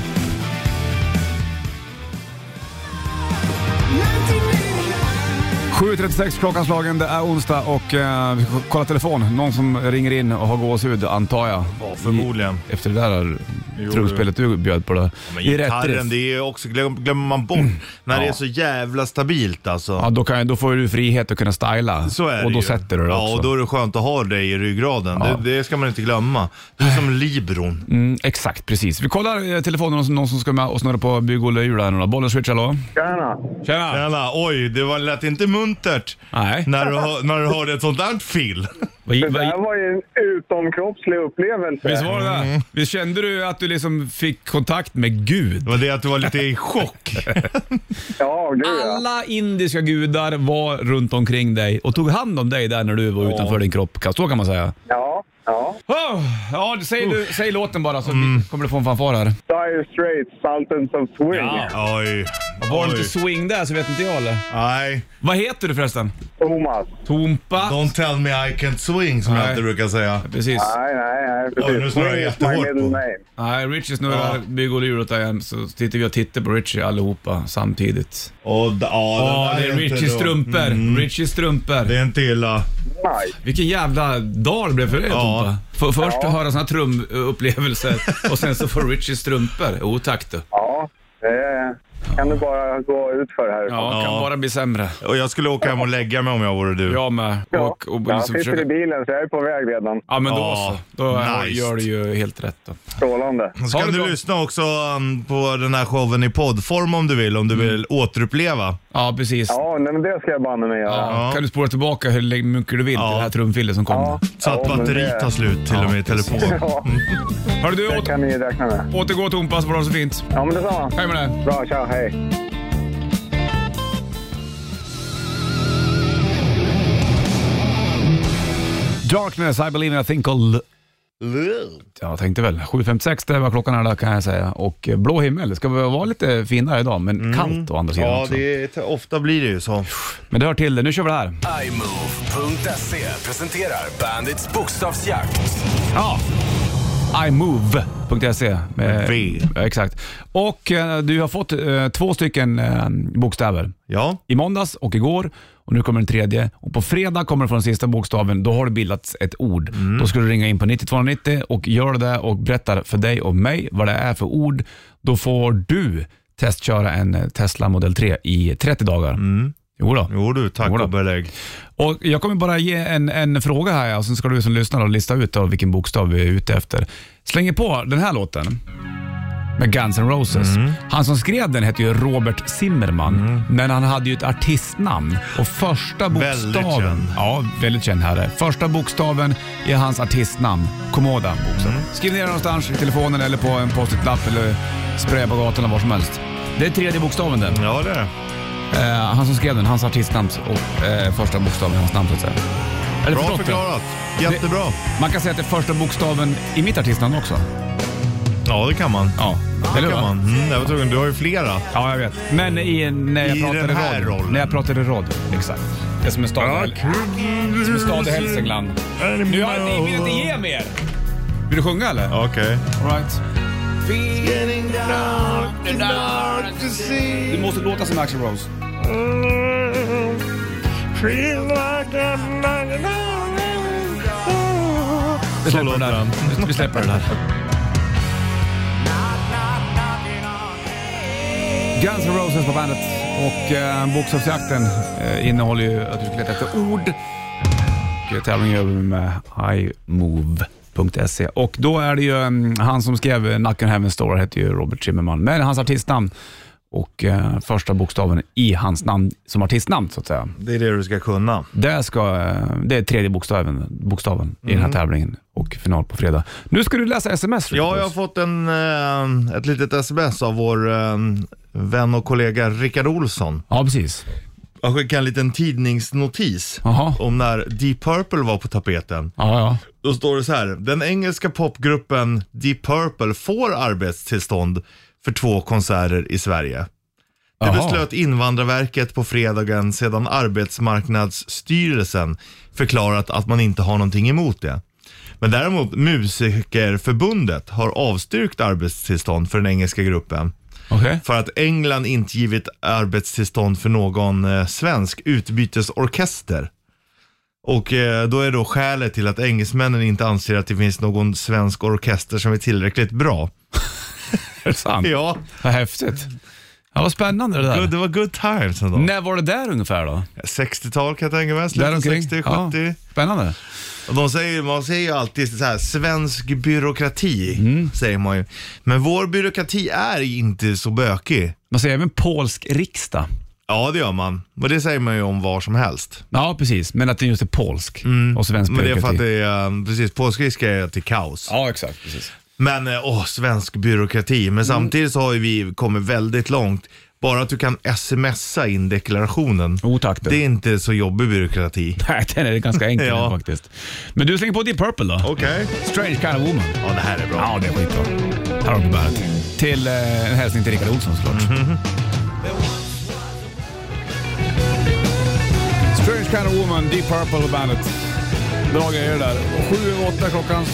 [SPEAKER 2] Wow! 7.36 klockan slagen, det är onsdag och eh, vi ska kolla telefon. Någon som ringer in och har gåshud antar jag.
[SPEAKER 3] Ja, förmodligen.
[SPEAKER 2] I, efter det där trumspelet du bjöd på. Då.
[SPEAKER 3] Men
[SPEAKER 2] I rätt
[SPEAKER 3] gitarren,
[SPEAKER 2] riff.
[SPEAKER 3] det är också, glöm, glömmer man bort när det är så jävla stabilt alltså.
[SPEAKER 2] Ja, då, kan, jag- då får ju du frihet att kunna styla.
[SPEAKER 3] Så är
[SPEAKER 2] och
[SPEAKER 3] det
[SPEAKER 2] då
[SPEAKER 3] ju.
[SPEAKER 2] sätter du det
[SPEAKER 3] Ja,
[SPEAKER 2] också.
[SPEAKER 3] och då är det skönt att ha dig i ryggraden. Det, det ska man inte glömma. Du är som Libron.
[SPEAKER 2] Mm, exakt, precis. Vi kollar eh, telefonen om någon som ska med och snurra på bygg och hjul här nu då. Bollen switch, hallå?
[SPEAKER 4] Tjena!
[SPEAKER 2] Tjena!
[SPEAKER 3] Tjena, oj, det var, lät inte muntert
[SPEAKER 2] Nej.
[SPEAKER 3] när du, hör- när du hörde ett sånt där fill.
[SPEAKER 2] Vad,
[SPEAKER 4] Det där
[SPEAKER 2] vad,
[SPEAKER 4] var ju en utomkroppslig upplevelse.
[SPEAKER 2] visst var det där? Visst kände du att du liksom fick kontakt med Gud?
[SPEAKER 3] Det var det att du var lite i chock.
[SPEAKER 4] Ja, gud ja.
[SPEAKER 2] Alla indiska gudar var runt omkring dig och tog hand om dig där när du var utanför din kropp. Så kan man säga.
[SPEAKER 4] Ja, ja.
[SPEAKER 2] Oh, ja, säg, du, säg låten bara så vi- kommer du få en fanfar här.
[SPEAKER 4] Dire Straits, Sultans of Swing.
[SPEAKER 3] Oj.
[SPEAKER 2] Var det
[SPEAKER 3] Oj.
[SPEAKER 2] inte swing där så vet inte jag eller?
[SPEAKER 3] Nej,
[SPEAKER 2] Vad heter du förresten?
[SPEAKER 4] Thomas.
[SPEAKER 2] Tompa?
[SPEAKER 3] don't tell me I can't swing som
[SPEAKER 2] Nej.
[SPEAKER 3] jag alltid brukar säga.
[SPEAKER 2] Precis.
[SPEAKER 4] Nej, nej, nej.
[SPEAKER 3] Oj, nu
[SPEAKER 4] Precis.
[SPEAKER 3] svarar jag
[SPEAKER 4] Swing is my
[SPEAKER 3] jättehårt
[SPEAKER 4] middle
[SPEAKER 3] på.
[SPEAKER 4] name.
[SPEAKER 2] Nej, Richie snurrar
[SPEAKER 3] Ja.
[SPEAKER 2] bygg och lur åt dig så sitter vi och tittar på Richie allihopa samtidigt.
[SPEAKER 3] Och, d- ja,
[SPEAKER 2] Ja,
[SPEAKER 3] den
[SPEAKER 2] det
[SPEAKER 3] där
[SPEAKER 2] är Mm.
[SPEAKER 3] inte
[SPEAKER 2] Richies
[SPEAKER 3] dum.
[SPEAKER 2] strumpor. Richies strumpor.
[SPEAKER 3] Det är inte illa.
[SPEAKER 4] Nej.
[SPEAKER 2] Vilken jävla dag det blev för dig Tompa. För, först att höra såna här trumupplevelser och sen så får Richies strumpor. Jo tack du.
[SPEAKER 4] Ja, det är
[SPEAKER 5] Kan du bara gå ut för här?
[SPEAKER 2] Ja,
[SPEAKER 3] Ja.
[SPEAKER 2] kan bara bli sämre.
[SPEAKER 3] Och jag skulle åka hem och lägga mig om jag vore du.
[SPEAKER 2] Jag med. Och, och
[SPEAKER 5] jag
[SPEAKER 2] liksom
[SPEAKER 5] sitter
[SPEAKER 2] försöka...
[SPEAKER 5] i bilen så jag är på väg redan.
[SPEAKER 2] Ja, men då
[SPEAKER 3] Ja,
[SPEAKER 2] så. Då är-
[SPEAKER 3] nice.
[SPEAKER 2] gör du ju helt rätt. Då.
[SPEAKER 5] Strålande.
[SPEAKER 3] Så
[SPEAKER 2] Ha
[SPEAKER 3] kan
[SPEAKER 2] det
[SPEAKER 3] du
[SPEAKER 2] bra.
[SPEAKER 3] lyssna också um, på den här showen i poddform om du vill, om du
[SPEAKER 2] Mm.
[SPEAKER 3] vill återuppleva.
[SPEAKER 2] Ja, precis.
[SPEAKER 5] Ja, nej, men det ska jag banne mig göra.
[SPEAKER 2] Ja. Kan du spola tillbaka hur mycket du vill till
[SPEAKER 3] Ja.
[SPEAKER 2] det här trumfilet som kom?
[SPEAKER 5] Ja.
[SPEAKER 3] Så att
[SPEAKER 5] Ja, men
[SPEAKER 3] batteriet
[SPEAKER 5] det-
[SPEAKER 3] tar slut till
[SPEAKER 2] Ja,
[SPEAKER 3] och med i telefon.
[SPEAKER 5] Ja,
[SPEAKER 2] Hörru du,
[SPEAKER 5] det
[SPEAKER 2] åter,
[SPEAKER 5] kan ni räkna med.
[SPEAKER 2] återgå till Ompas och ha det så fint.
[SPEAKER 5] Ja, men detsamma.
[SPEAKER 2] Hej med dig.
[SPEAKER 5] Bra, tja, hej.
[SPEAKER 2] Darkness, I believe in a thing called... Jag tänkte väl. 7.56, det var klockan här där kan jag säga. Och eh, blå himmel. Det ska väl vara lite finare idag, men kallt å andra sidan
[SPEAKER 3] Mm. Ja,
[SPEAKER 2] också.
[SPEAKER 3] det är, ofta blir det ju så.
[SPEAKER 2] Men det hör till det. Nu kör vi det här.
[SPEAKER 8] iMove.se presenterar Bandits bokstavsjakt.
[SPEAKER 2] Ja. iMove.se. E. Med,
[SPEAKER 3] V.
[SPEAKER 2] Ja, Exakt. Och eh, du har fått eh, två stycken eh, bokstäver.
[SPEAKER 3] Ja,
[SPEAKER 2] I måndags och igår och nu kommer den tredje. Och på fredag kommer det från den sista bokstaven. Då har det bildats ett ord. Då ska du ringa in på 9290 och gör det och berättar för dig och mig vad det är för ord. Då får du testköra en eh, Tesla Model 3 i 30 dagar. Mm. Jo då.
[SPEAKER 3] jo du, tack
[SPEAKER 2] Jo då.
[SPEAKER 3] och belägg.
[SPEAKER 2] Och jag kommer bara ge en, en fråga här och sen ska du som lyssnar då lista ut då vilken bokstav vi är ute efter. Slänger på den här låten med Guns N' Roses.
[SPEAKER 3] Mm.
[SPEAKER 2] Han som skrev den hette ju Robert Zimmerman, men han hade ju ett artistnamn. Och första
[SPEAKER 3] Väldigt
[SPEAKER 2] bokstaven...
[SPEAKER 3] känd.
[SPEAKER 2] Ja, väldigt känd herre. Första bokstaven i hans artistnamn. Kom ihåg den bokstaven.
[SPEAKER 3] Mm.
[SPEAKER 2] Skriv ner den någonstans i telefonen eller på en post-it-lapp eller spraya på gatan eller var som helst. Det är tredje bokstaven den.
[SPEAKER 3] Ja, det är det.
[SPEAKER 2] Eh, han som skrev den, hans artistnamn och eh, första bokstaven i hans namn så att säga. Eller
[SPEAKER 3] Bra
[SPEAKER 2] förstått det?
[SPEAKER 3] förklarat. Jättebra.
[SPEAKER 2] Man kan säga att det är första bokstaven i mitt artistnamn också.
[SPEAKER 3] Ja, det kan man.
[SPEAKER 2] Ja,
[SPEAKER 3] Det
[SPEAKER 2] eller
[SPEAKER 3] kan
[SPEAKER 2] hur? va?
[SPEAKER 3] man. Mm, jag var tvungen, du har ju flera.
[SPEAKER 2] Ja, jag vet. Men i, när jag
[SPEAKER 3] I
[SPEAKER 2] pratade
[SPEAKER 3] den här
[SPEAKER 2] radio.
[SPEAKER 3] rollen.
[SPEAKER 2] När jag pratade radio, exakt. Det är som en stad, i Häl- som en stad i Hälsingland. Nu har jag vill inte ge mer. Vill du sjunga eller?
[SPEAKER 3] Okej.
[SPEAKER 2] All right. Du måste låta som Axl Rose. Vi släpper den där. Vi- Vi släpper den där. Guns N' Roses på bandet och eh, bokstavsjakten eh, innehåller ju att du ska leta efter ord. Och eh, Tävlingen gör vi med imove.se och då är det ju mm, han som skrev eh, Knock on Heaven Store heter ju Robert Zimmerman, men hans artistnamn och eh, första bokstaven i hans namn som artistnamn så att säga.
[SPEAKER 3] Det är det du ska kunna.
[SPEAKER 2] Det, ska, eh, det är tredje bokstaven, bokstaven i
[SPEAKER 3] Mm.
[SPEAKER 2] den här tävlingen och final på fredag. Nu ska du läsa sms.
[SPEAKER 3] Ja, jag har
[SPEAKER 2] Rikard.
[SPEAKER 3] fått en, eh, ett litet sms av vår eh, vän och kollega Rickard Olsson.
[SPEAKER 2] ja precis.
[SPEAKER 3] Han skickade en liten tidningsnotis
[SPEAKER 2] Jaha.
[SPEAKER 3] om när Deep Purple var på tapeten.
[SPEAKER 2] Ja, ja.
[SPEAKER 3] Då står det så här. Den engelska popgruppen Deep Purple får arbetstillstånd för två konserter i Sverige. Det
[SPEAKER 2] Jaha.
[SPEAKER 3] beslöt Invandrarverket på fredagen sedan Arbetsmarknadsstyrelsen förklarat att man inte har någonting emot det. Men däremot Musikerförbundet har avstyrkt arbetstillstånd för den engelska gruppen
[SPEAKER 2] Okej.
[SPEAKER 3] för att England inte givit arbetstillstånd för någon eh, svensk utbytesorkester. Och eh, då är då skälet till att engelsmännen inte anser att det finns någon svensk orkester som är tillräckligt bra.
[SPEAKER 2] Är det sant?
[SPEAKER 3] Ja,
[SPEAKER 2] Vad häftigt. Ja, vad spännande det där.
[SPEAKER 3] good, det var good times ändå.
[SPEAKER 2] När var det där ungefär då?
[SPEAKER 3] 60-tal kan jag tänka mig,
[SPEAKER 2] Där
[SPEAKER 3] slutet 60, 70.
[SPEAKER 2] Spännande.
[SPEAKER 3] Och de säger, man säger ju alltid så här, svensk byråkrati, säger man ju. Men vår byråkrati är inte så bökig.
[SPEAKER 2] Man säger även polsk riksdag.
[SPEAKER 3] Ja, det gör man. Och det säger man ju om var som helst.
[SPEAKER 2] Ja, precis. Men att den just är polsk och svensk
[SPEAKER 3] Mm. Men det är för
[SPEAKER 2] byråkrati.
[SPEAKER 3] att det är, eh, precis, påskriska är att det är kaos.
[SPEAKER 2] Ja, exakt. Precis.
[SPEAKER 3] Men eh, åh, svensk byråkrati.
[SPEAKER 2] Mm.
[SPEAKER 3] Men samtidigt så har ju vi kommit väldigt långt. Bara att du kan smsa in deklarationen.
[SPEAKER 2] Oh, tack du.
[SPEAKER 3] det är inte så jobbig byråkrati.
[SPEAKER 2] Nej, den är ganska enkel
[SPEAKER 3] Ja.
[SPEAKER 2] faktiskt. Men du slänger på Deep Purple då.
[SPEAKER 3] Okej.
[SPEAKER 2] Strange kind of woman.
[SPEAKER 3] Ja, det här är bra.
[SPEAKER 2] Ja, det är skitbra. Här har du bandet. Till eh, en hälsning till Rickard Olsson såklart.
[SPEAKER 3] Mhm.
[SPEAKER 2] Strange kind of woman, Deep Purple och bandet. Bra grejer där. Sju över åtta klockans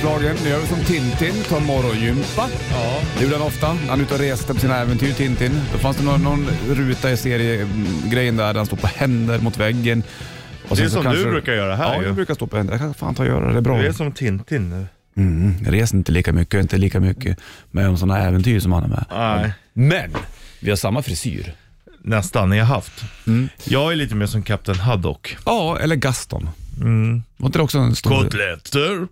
[SPEAKER 2] slagen. Nu gör vi som Tintin, tar morgongympa. Ja. Det gjorde han ofta. Han är ute och reste på sina äventyr, Tintin. Då fanns det någon, någon ruta i seriegrejen där, där han stod på händer mot väggen. Och
[SPEAKER 3] Det är
[SPEAKER 2] sen så
[SPEAKER 3] som du brukar göra här
[SPEAKER 2] Ja,
[SPEAKER 3] ju.
[SPEAKER 2] jag brukar stå på händer. Jag kan fan ta och göra det. Det är bra.
[SPEAKER 3] Det är som Tintin nu.
[SPEAKER 2] Mm, jag reser inte lika mycket, inte lika mycket med om sådana äventyr som han är med.
[SPEAKER 3] Nej.
[SPEAKER 2] Men vi har samma frisyr.
[SPEAKER 3] Nästan, jag har haft.
[SPEAKER 2] Mm.
[SPEAKER 3] Jag är lite mer som Kapten Haddock.
[SPEAKER 2] Ja, eller Gaston. Mm. Var inte det också en stor...
[SPEAKER 3] Kotletter?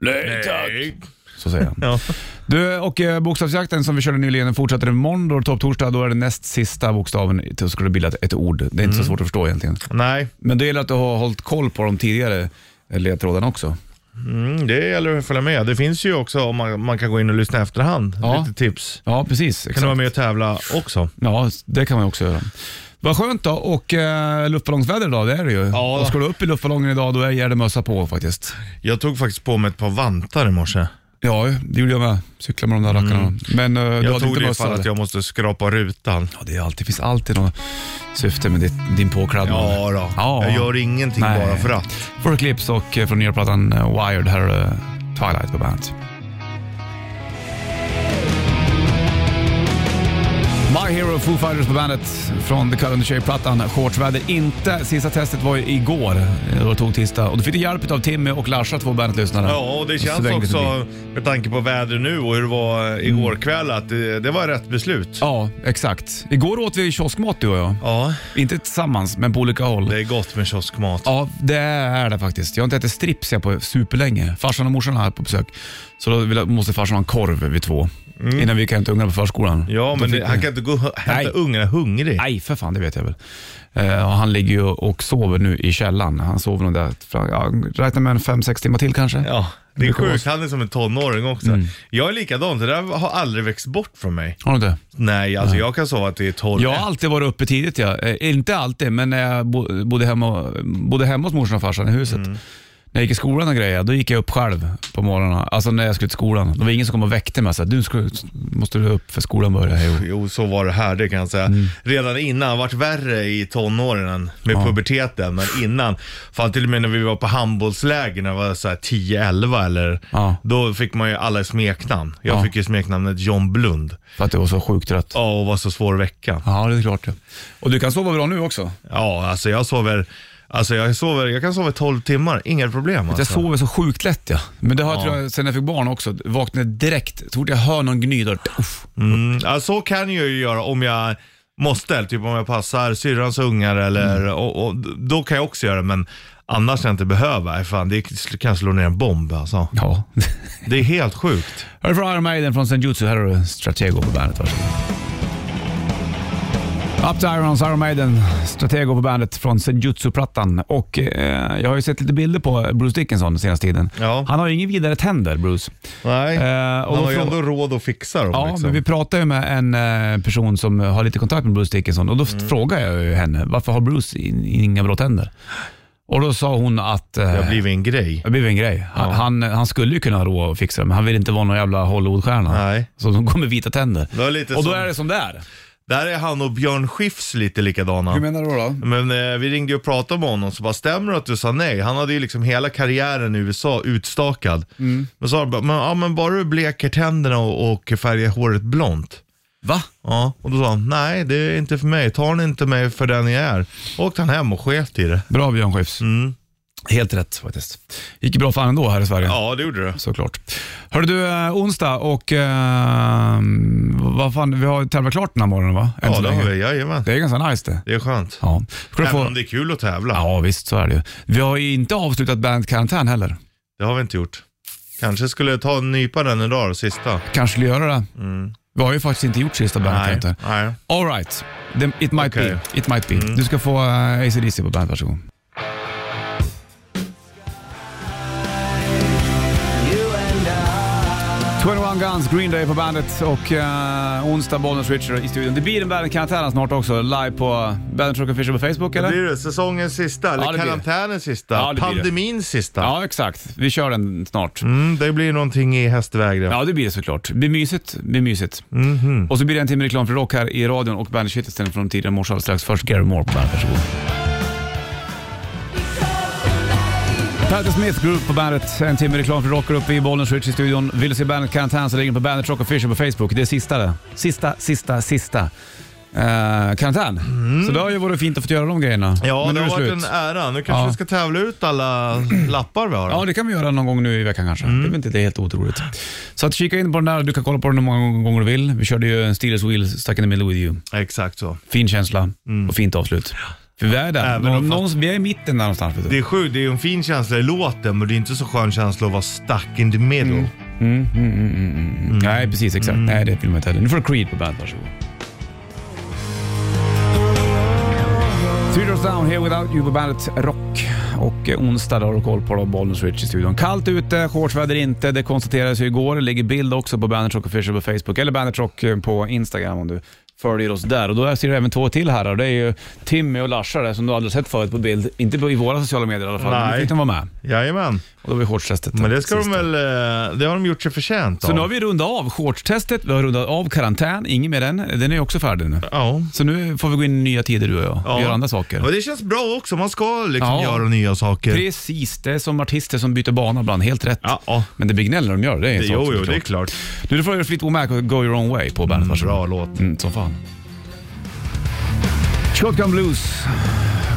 [SPEAKER 2] Nej,
[SPEAKER 3] Nej.
[SPEAKER 2] Så säger han.
[SPEAKER 3] Ja.
[SPEAKER 2] Du, och eh, bokstavsjakten som vi körde nyligen fortsätter imorgon, då är det topptorsdag. Då är det näst sista bokstaven, så ska du bilda ett ord. Det är inte
[SPEAKER 3] Mm.
[SPEAKER 2] så svårt att förstå egentligen.
[SPEAKER 3] Nej,
[SPEAKER 2] Men det gäller att du har hållit koll på de tidigare eh, ledtrådarna också.
[SPEAKER 3] mm, det gäller att följa med. Det finns ju också, om man, man kan gå in och lyssna i efterhand,
[SPEAKER 2] Ja.
[SPEAKER 3] lite tips.
[SPEAKER 2] Ja, precis.
[SPEAKER 3] Kan du
[SPEAKER 2] Exakt.
[SPEAKER 3] vara med och tävla också?
[SPEAKER 2] Ja, det kan man också göra. Vad skönt då och eh, luftballongsväder idag, det är det ju.
[SPEAKER 3] Ja.
[SPEAKER 2] Och ska du upp i luftballongen idag, då är- är det mössa på faktiskt.
[SPEAKER 3] Jag tog faktiskt på mig ett par vantar i morse.
[SPEAKER 2] Ja, det gjorde jag med. Cykla med de där rackarna. Men eh, du
[SPEAKER 3] Mm. Jag
[SPEAKER 2] hade
[SPEAKER 3] tog
[SPEAKER 2] inte
[SPEAKER 3] det
[SPEAKER 2] mössa?
[SPEAKER 3] ifall att
[SPEAKER 2] eller?
[SPEAKER 3] jag måste skrapa rutan.
[SPEAKER 2] Ja, det är alltid, finns alltid något syfte med ditt, din påklädnad.
[SPEAKER 3] Ja, då. Jag gör ingenting
[SPEAKER 2] Nej.
[SPEAKER 3] bara för att.
[SPEAKER 2] Four Clips och eh, från nya plattan eh, Wired, här är det Twilight på bandet. My Hero Foo Fighters på bandet från The Cut and the Shape-plattan. Shortsväder inte. Sista testet var ju igår, eh, då tog tisdag. Och du fick du hjälp av Timmy och Larsa, två bandlyssnare.
[SPEAKER 3] Ja, och det
[SPEAKER 2] Så
[SPEAKER 3] känns
[SPEAKER 2] vägde förbi.
[SPEAKER 3] också med tanke på vädret nu och hur det var igår kväll att det, det var rätt beslut.
[SPEAKER 2] Ja, exakt. Igår åt vi kioskmat du och jag.
[SPEAKER 3] Ja,
[SPEAKER 2] Inte tillsammans, men på olika håll.
[SPEAKER 3] det är gott med kioskmat.
[SPEAKER 2] Ja, det är det faktiskt. Jag har inte ätit strips jag på superlänge. Farsan och morsan är här på besök. Så då vill jag- måste farsan ha en korv vid två. Innan vi kan hämta ungarna på förskolan.
[SPEAKER 3] Mm. Ja,
[SPEAKER 2] Då
[SPEAKER 3] men
[SPEAKER 2] fick
[SPEAKER 3] det,
[SPEAKER 2] vi-
[SPEAKER 3] han kan inte gå och hämta
[SPEAKER 2] Nej.
[SPEAKER 3] ungarna hungrig.
[SPEAKER 2] Nej, för fan, det vet jag väl. Eh, och han ligger ju och sover nu i källan. Han sover nog där, fra- ja, räkna med en fem, sex timmar till kanske.
[SPEAKER 3] Ja, det Mm. är
[SPEAKER 2] Brukar
[SPEAKER 3] sjukt. Han är som en tonåring också. Jag är likadan. Det där har aldrig växt bort från mig.
[SPEAKER 2] Har du inte?
[SPEAKER 3] Nej, alltså jag kan sova till 12.
[SPEAKER 2] Jag har alltid varit uppe tidigt. Ja. Eh, inte alltid, men när jag bo- bodde hemma, bodde hemma hos morsan och farsan i huset.
[SPEAKER 3] Mm.
[SPEAKER 2] När jag gick i skolan och grejer, då gick jag upp själv på morgonen. Alltså när jag skulle till skolan. Det var ingen som kom och väckte mig och sa du ska, måste du upp för skolan börjar. Hej då."
[SPEAKER 3] Jo, så var det här, det kan jag säga.
[SPEAKER 2] Mm.
[SPEAKER 3] Redan innan, vart värre i tonåren än med puberteten, men innan. Fan, till och med när vi var på handbollsläger när jag var så här 10-11 eller,
[SPEAKER 2] Ja.
[SPEAKER 3] då fick man ju alla i smeknamn. Jag
[SPEAKER 2] Ja.
[SPEAKER 3] fick ju smeknamnet John Blund.
[SPEAKER 2] För att det var så sjukt trött.
[SPEAKER 3] Ja, och var så svår vecka.
[SPEAKER 2] Ja, det är klart. Ja. Och du kan sova bra nu också.
[SPEAKER 3] Ja, alltså jag sover, alltså jag sover, jag kan sova 12 timmar, inga problem
[SPEAKER 2] Jag
[SPEAKER 3] alltså.
[SPEAKER 2] sover så sjukt lätt ja. Men det har jag
[SPEAKER 3] Ja.
[SPEAKER 2] tror jag, sen jag fick barn också. Vaknade direkt. Så fort jag hör någon gny, då... Uff.
[SPEAKER 3] Mm, ja, så kan jag ju göra om jag måste, typ om jag passar syrrans ungar eller, och, och, då kan jag också göra det, men annars kan jag inte behöva. Fan, det kan slå ner en bomb alltså.
[SPEAKER 2] Ja.
[SPEAKER 3] Det är helt sjukt.
[SPEAKER 2] Här är från Iron Maiden från St. Jutsu. Här har du Stratego på bandet. Varsågod. Up to Irons, Iron Maiden, Stratego på bandet från St. Jutsu-plattan. Och eh, jag har ju sett lite bilder på Bruce Dickinson senaste tiden.
[SPEAKER 3] Ja.
[SPEAKER 2] Han har ju ingen vidare tänder, Bruce.
[SPEAKER 3] Nej,
[SPEAKER 2] Eh, och
[SPEAKER 3] han har ju
[SPEAKER 2] då-
[SPEAKER 3] ändå råd att fixa dem.
[SPEAKER 2] Ja,
[SPEAKER 3] liksom.
[SPEAKER 2] men vi pratade ju med en eh, person som har lite kontakt med Bruce Dickinson och då frågade jag ju henne varför har Bruce in, inga bra tänder? Och då sa hon att eh,
[SPEAKER 3] Det har blivit en grej.
[SPEAKER 2] det blev en grej. Han, han, han skulle ju kunna rå och fixa det, men han vill inte vara någon jävla Hollywoodstjärna.
[SPEAKER 3] Nej.
[SPEAKER 2] Så de går med vita tänder.
[SPEAKER 3] Det var lite
[SPEAKER 2] och då
[SPEAKER 3] som-
[SPEAKER 2] är det som det är.
[SPEAKER 3] Där är han och Björn Skifs lite likadana.
[SPEAKER 2] menar du då?
[SPEAKER 3] Men eh, vi ringde ju och pratade med honom så bara, stämmer det att du sa nej? Han hade ju liksom hela karriären i USA utstakad. Men så sa han bara, men, ja, men bara du bleker tänderna och, och färgar håret blont.
[SPEAKER 2] Va?
[SPEAKER 3] Ja, och då sa han, nej det är inte för mig, ta den inte mig för den jag är. Och åkte han hem och sket i det.
[SPEAKER 2] Bra Björn Skifs.
[SPEAKER 3] Mm.
[SPEAKER 2] Helt rätt faktiskt. Gick ju bra för han ändå här i Sverige.
[SPEAKER 3] Ja, det gjorde det.
[SPEAKER 2] Såklart. Hörru du, eh, onsdag och eh, vad fan, vi har tävlat klart den här morgonen va? Än
[SPEAKER 3] Ja,
[SPEAKER 2] så
[SPEAKER 3] det
[SPEAKER 2] länge.
[SPEAKER 3] har vi, jajamän.
[SPEAKER 2] Det är ganska nice det.
[SPEAKER 3] Det är skönt.
[SPEAKER 2] Ja. Ska du
[SPEAKER 3] Även
[SPEAKER 2] få...
[SPEAKER 3] om det är kul att tävla.
[SPEAKER 2] Ja, visst så är det ju. Vi har ju inte avslutat bandkarantän heller.
[SPEAKER 3] Det har vi inte gjort. Kanske skulle jag ta en nypa den idag, då, sista.
[SPEAKER 2] Kanske skulle göra det. Vi har ju faktiskt inte gjort sista bandkarantän.
[SPEAKER 3] Mm. nej.
[SPEAKER 2] All right. The- It might
[SPEAKER 3] Okej.
[SPEAKER 2] be. It might be.
[SPEAKER 3] Mm.
[SPEAKER 2] Du ska få uh, ACDC på bandet, varsågod. One Guns, Green Day på bandet och eh, onsdag Bollnäs Richard i studion. Det blir en bandkarantän snart också, live på Bandet Rock Official på Facebook eller?
[SPEAKER 3] Blir det säsongens sista? Eller
[SPEAKER 2] det blir det.
[SPEAKER 3] karantänens sista?
[SPEAKER 2] Ja, det blir det.
[SPEAKER 3] Pandemins sista?
[SPEAKER 2] Ja, exakt. Vi kör den snart.
[SPEAKER 3] Mm, det blir någonting i hästväg det.
[SPEAKER 2] Ja, det blir det såklart. Det blir mysigt. Det blir mysigt.
[SPEAKER 3] Mhm.
[SPEAKER 2] Och så blir det en timme reklam för rock här i radion och bandet Kittelsten från tidigare i morse alldeles strax. Först Gary Moore på bandet. Varsågod. Patti Smith Group på bandet. En timme reklam för rock och uppe i Bollnäs Rich i studion. Vill du se bandet Karantän så ligger den på bandet Rock Official på Facebook. Det är sista det. Sista, sista, sista. eh, karantän. Så det har ju varit fint att få göra de grejerna.
[SPEAKER 3] Mm. Ja,
[SPEAKER 2] Men
[SPEAKER 3] det
[SPEAKER 2] nu
[SPEAKER 3] har
[SPEAKER 2] är
[SPEAKER 3] varit
[SPEAKER 2] slut.
[SPEAKER 3] en ära. Nu kanske
[SPEAKER 2] Ja.
[SPEAKER 3] vi ska tävla ut alla lappar vi har.
[SPEAKER 2] Ja, det kan vi göra någon gång nu i veckan kanske.
[SPEAKER 3] Mm.
[SPEAKER 2] Det är väl inte det helt otroligt. Så att kika in på den där. Du kan kolla på den hur många gånger du vill. Vi körde ju en Steelers Wheel Stuck in the Middle with you.
[SPEAKER 3] Exakt så.
[SPEAKER 2] Fin känsla och fint avslut. För vi är där.
[SPEAKER 3] Mm. Även om
[SPEAKER 2] Någon,
[SPEAKER 3] fast-
[SPEAKER 2] någon, vi är i mitten där någonstans. Vet du.
[SPEAKER 3] Det är sjukt, det är ju en fin känsla i låten men det är inte så skön känsla att vara stuck in the middle.
[SPEAKER 2] Mm, mm, mm, mm, mm. Nej, precis. Exakt.
[SPEAKER 3] Mm.
[SPEAKER 2] Nej, det vill man inte heller. Nu får du Creed på bandet. Varsågod. Three Doors Down, Here Without You på bandet Rock. Och eh, onsdag då har du koll på då, Bollnäs Rich i studion. Kallt ute, shortsväder inte. Det konstaterades ju igår. Det ligger bild också på Bandet Rock Official på Facebook eller Bandet Rock eh, på Instagram om du följer oss där. Och då ser du även två till här. Och det är ju Timmy och Larsa där, som du aldrig sett förut på bild. Inte på, i våra sociala medier i alla fall. Men nu
[SPEAKER 3] Nej.
[SPEAKER 2] fick de vara med.
[SPEAKER 3] Jajamän.
[SPEAKER 2] Och då blir shortstestet.
[SPEAKER 3] Men det ska
[SPEAKER 2] sist
[SPEAKER 3] de
[SPEAKER 2] då.
[SPEAKER 3] väl, eh, det har de gjort sig förtjänt
[SPEAKER 2] Så
[SPEAKER 3] av.
[SPEAKER 2] nu har vi rundat av shortstestet, vi har rundat av karantän, ingen mer än. Den är ju också färdig nu.
[SPEAKER 3] Ja.
[SPEAKER 2] Så nu får vi gå in i nya tider du och jag och
[SPEAKER 3] Ja.
[SPEAKER 2] göra andra saker.
[SPEAKER 3] Och det känns bra också, man ska liksom
[SPEAKER 2] Ja.
[SPEAKER 3] göra nya saker.
[SPEAKER 2] Precis, det är som artister som byter bana ibland, helt rätt.
[SPEAKER 3] Ja, ja.
[SPEAKER 2] Men det blir gnäll när de gör det, det är en sak
[SPEAKER 3] Jo, jo,
[SPEAKER 2] såklart.
[SPEAKER 3] det är klart.
[SPEAKER 2] Nu får du Fleetwood Mac och Go Your Own Way på bandet, varsågod.
[SPEAKER 3] Bra låt.
[SPEAKER 2] Mm, som fan. Shotgun Blues,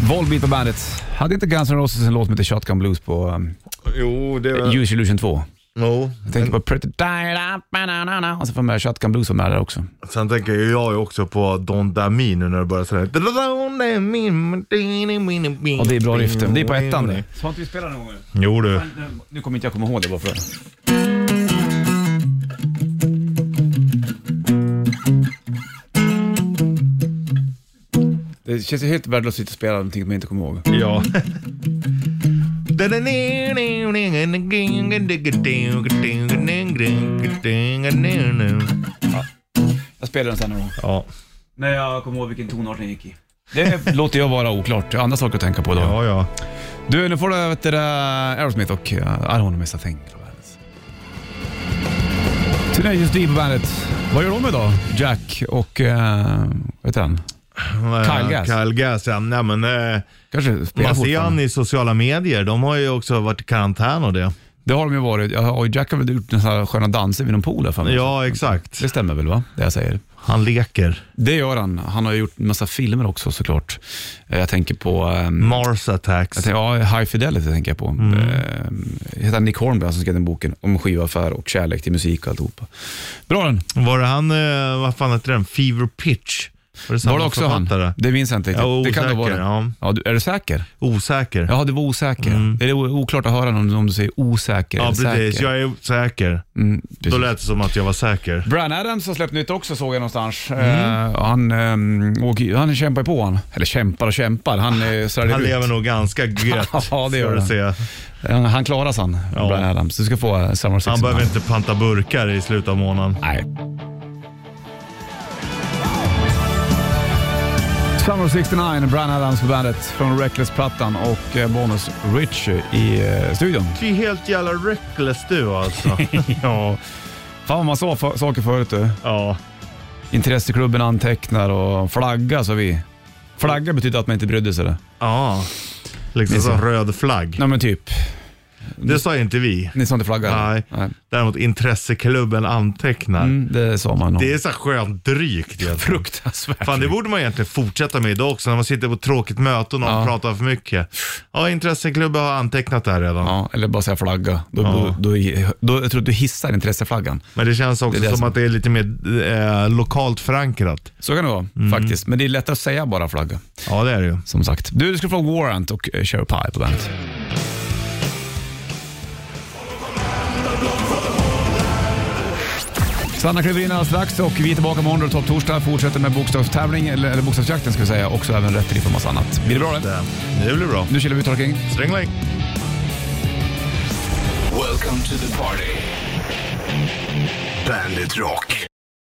[SPEAKER 2] Volbeat på bandet. Hade inte Guns N' Roses en låt som heter Shotgun Blues på um,
[SPEAKER 3] Jo, det är...
[SPEAKER 2] Use Illusion 2?
[SPEAKER 3] Jo.
[SPEAKER 2] Jag tänker på Pretty Tired Up, banana, och så får man med Shotgun Blues var med där också.
[SPEAKER 3] Sen tänker ju jag ju också på Don Dami nu när det börjar sådär. Don Dami.
[SPEAKER 2] Och det är bra riften. Det är på ettan det. Har inte vi spelat någon gång nu?
[SPEAKER 3] Jo du.
[SPEAKER 2] Nu kommer inte jag komma ihåg det bara för det. känns ju helt värdelöst att spela någonting man inte kommer ihåg.
[SPEAKER 3] Ja.
[SPEAKER 2] Jag spelar den sen någon gång.
[SPEAKER 3] Ja,
[SPEAKER 2] När jag kommer ihåg vilken tonart den gick i. Det låter jag vara oklart. Jag har andra saker att tänka på idag.
[SPEAKER 3] ja, ja.
[SPEAKER 2] Du, nu får du vet du, det, Aerosmith och uh, I don't miss a thing. från bandet. Tenacious D på bandet. Vad gör de idag? Jack och... Uh, vad heter han? Kyle Gass.
[SPEAKER 3] Eh, Kyle Gass, ja. Nej, men, eh,
[SPEAKER 2] Kanske spelar
[SPEAKER 3] man ser han
[SPEAKER 2] fortfarande.
[SPEAKER 3] i sociala medier. De har ju också varit i karantän och det.
[SPEAKER 2] Det har de ju varit. Ja, och Jack har väl gjort några sköna danser vid någon pool här för mig.
[SPEAKER 3] Ja, exakt.
[SPEAKER 2] Det stämmer väl va, det jag säger?
[SPEAKER 3] Han leker.
[SPEAKER 2] Det gör han. Han har ju gjort en massa filmer också såklart. Eh, Jag tänker på... ehm,
[SPEAKER 3] Mars
[SPEAKER 2] Jag
[SPEAKER 3] Attacks.
[SPEAKER 2] tänker, ja, High Fidelity tänker jag på. Ehm, Det heter Nick Hornby, han som skrev den boken om skivaffär och kärlek till musik och alltihopa. Bra den.
[SPEAKER 3] Var det han, eh, vad fan hette den? Fever Pitch? Var det, samma
[SPEAKER 2] Var det också
[SPEAKER 3] författare?
[SPEAKER 2] han? Det minns jag inte riktigt.
[SPEAKER 3] Jag var
[SPEAKER 2] det kan det
[SPEAKER 3] osäker,
[SPEAKER 2] vara. det.
[SPEAKER 3] ja.
[SPEAKER 2] Ja, du, är du säker?
[SPEAKER 3] Osäker.
[SPEAKER 2] Ja, det var osäker. Det är o- oklart att höra om, om du säger osäker
[SPEAKER 3] Ja,
[SPEAKER 2] eller
[SPEAKER 3] precis.
[SPEAKER 2] säker.
[SPEAKER 3] Jag är säker.
[SPEAKER 2] Mm, precis.
[SPEAKER 3] Då lät det som att jag var säker.
[SPEAKER 2] Brian Adams har släppt nytt också såg jag någonstans.
[SPEAKER 3] Mm.
[SPEAKER 2] Eh, han, ehm, åker, han kämpar ju på han. Eller kämpar och kämpar. Han, eh, svärdar
[SPEAKER 3] Han
[SPEAKER 2] ut.
[SPEAKER 3] lever nog ganska gött.
[SPEAKER 2] Ja, det gör
[SPEAKER 3] får du
[SPEAKER 2] han.
[SPEAKER 3] se.
[SPEAKER 2] han, han klarar sig han,
[SPEAKER 3] Ja.
[SPEAKER 2] Brian Adams. Du ska få eh, Summer Six.
[SPEAKER 3] Han behöver inte panta burkar i slutet av månaden.
[SPEAKER 2] Nej. Summer 69, Brian Adams på bandet från Reckless-plattan och eh, Bonus Rich i eh, studion.
[SPEAKER 3] Du är helt jävla reckless du alltså.
[SPEAKER 2] ja. Fan vad man sa för, saker förut du.
[SPEAKER 3] ja.
[SPEAKER 2] Intresseklubben antecknar och flagga sa vi. Flagga betyder att man inte brydde sig. Det.
[SPEAKER 3] Ja. Liksom
[SPEAKER 2] Minns
[SPEAKER 3] som
[SPEAKER 2] jag.
[SPEAKER 3] röd flagg.
[SPEAKER 2] Nej men typ.
[SPEAKER 3] Det sa inte vi.
[SPEAKER 2] Ni sa inte flagga?
[SPEAKER 3] Nej. Däremot intresseklubben antecknar.
[SPEAKER 2] Mm, det sa man nog.
[SPEAKER 3] Det är så här skönt drygt egentligen.
[SPEAKER 2] fruktansvärt.
[SPEAKER 3] Fan det borde man egentligen fortsätta med idag också när man sitter på ett tråkigt möte och någon
[SPEAKER 2] Ja.
[SPEAKER 3] pratar för mycket. Ja, intresseklubben har antecknat det här redan.
[SPEAKER 2] Ja, eller bara säga flagga. Då,
[SPEAKER 3] Ja.
[SPEAKER 2] då, då, då, jag tror att du hissar intresseflaggan.
[SPEAKER 3] Men det känns också
[SPEAKER 2] Det är det
[SPEAKER 3] som
[SPEAKER 2] som-
[SPEAKER 3] att det är lite mer eh, lokalt förankrat.
[SPEAKER 2] Så kan det vara
[SPEAKER 3] Mm.
[SPEAKER 2] faktiskt. Men det är lättare att säga bara flagga.
[SPEAKER 3] Ja, det är det ju.
[SPEAKER 2] Som sagt. Du, du ska få Warrant och eh, Cherry Pie på bandet. Sanna kliver in alldeles strax och vi är tillbaka imorgon och topp torsdag. Fortsätter med bokstavstävling, eller, eller bokstavsjakten ska vi säga, och så även rätt till för massa annat. Blir det bra det?
[SPEAKER 3] Det blir bra.
[SPEAKER 2] Nu kilar vi ut Torking.
[SPEAKER 3] Strängling.
[SPEAKER 1] Welcome to the party. Bandit Rock.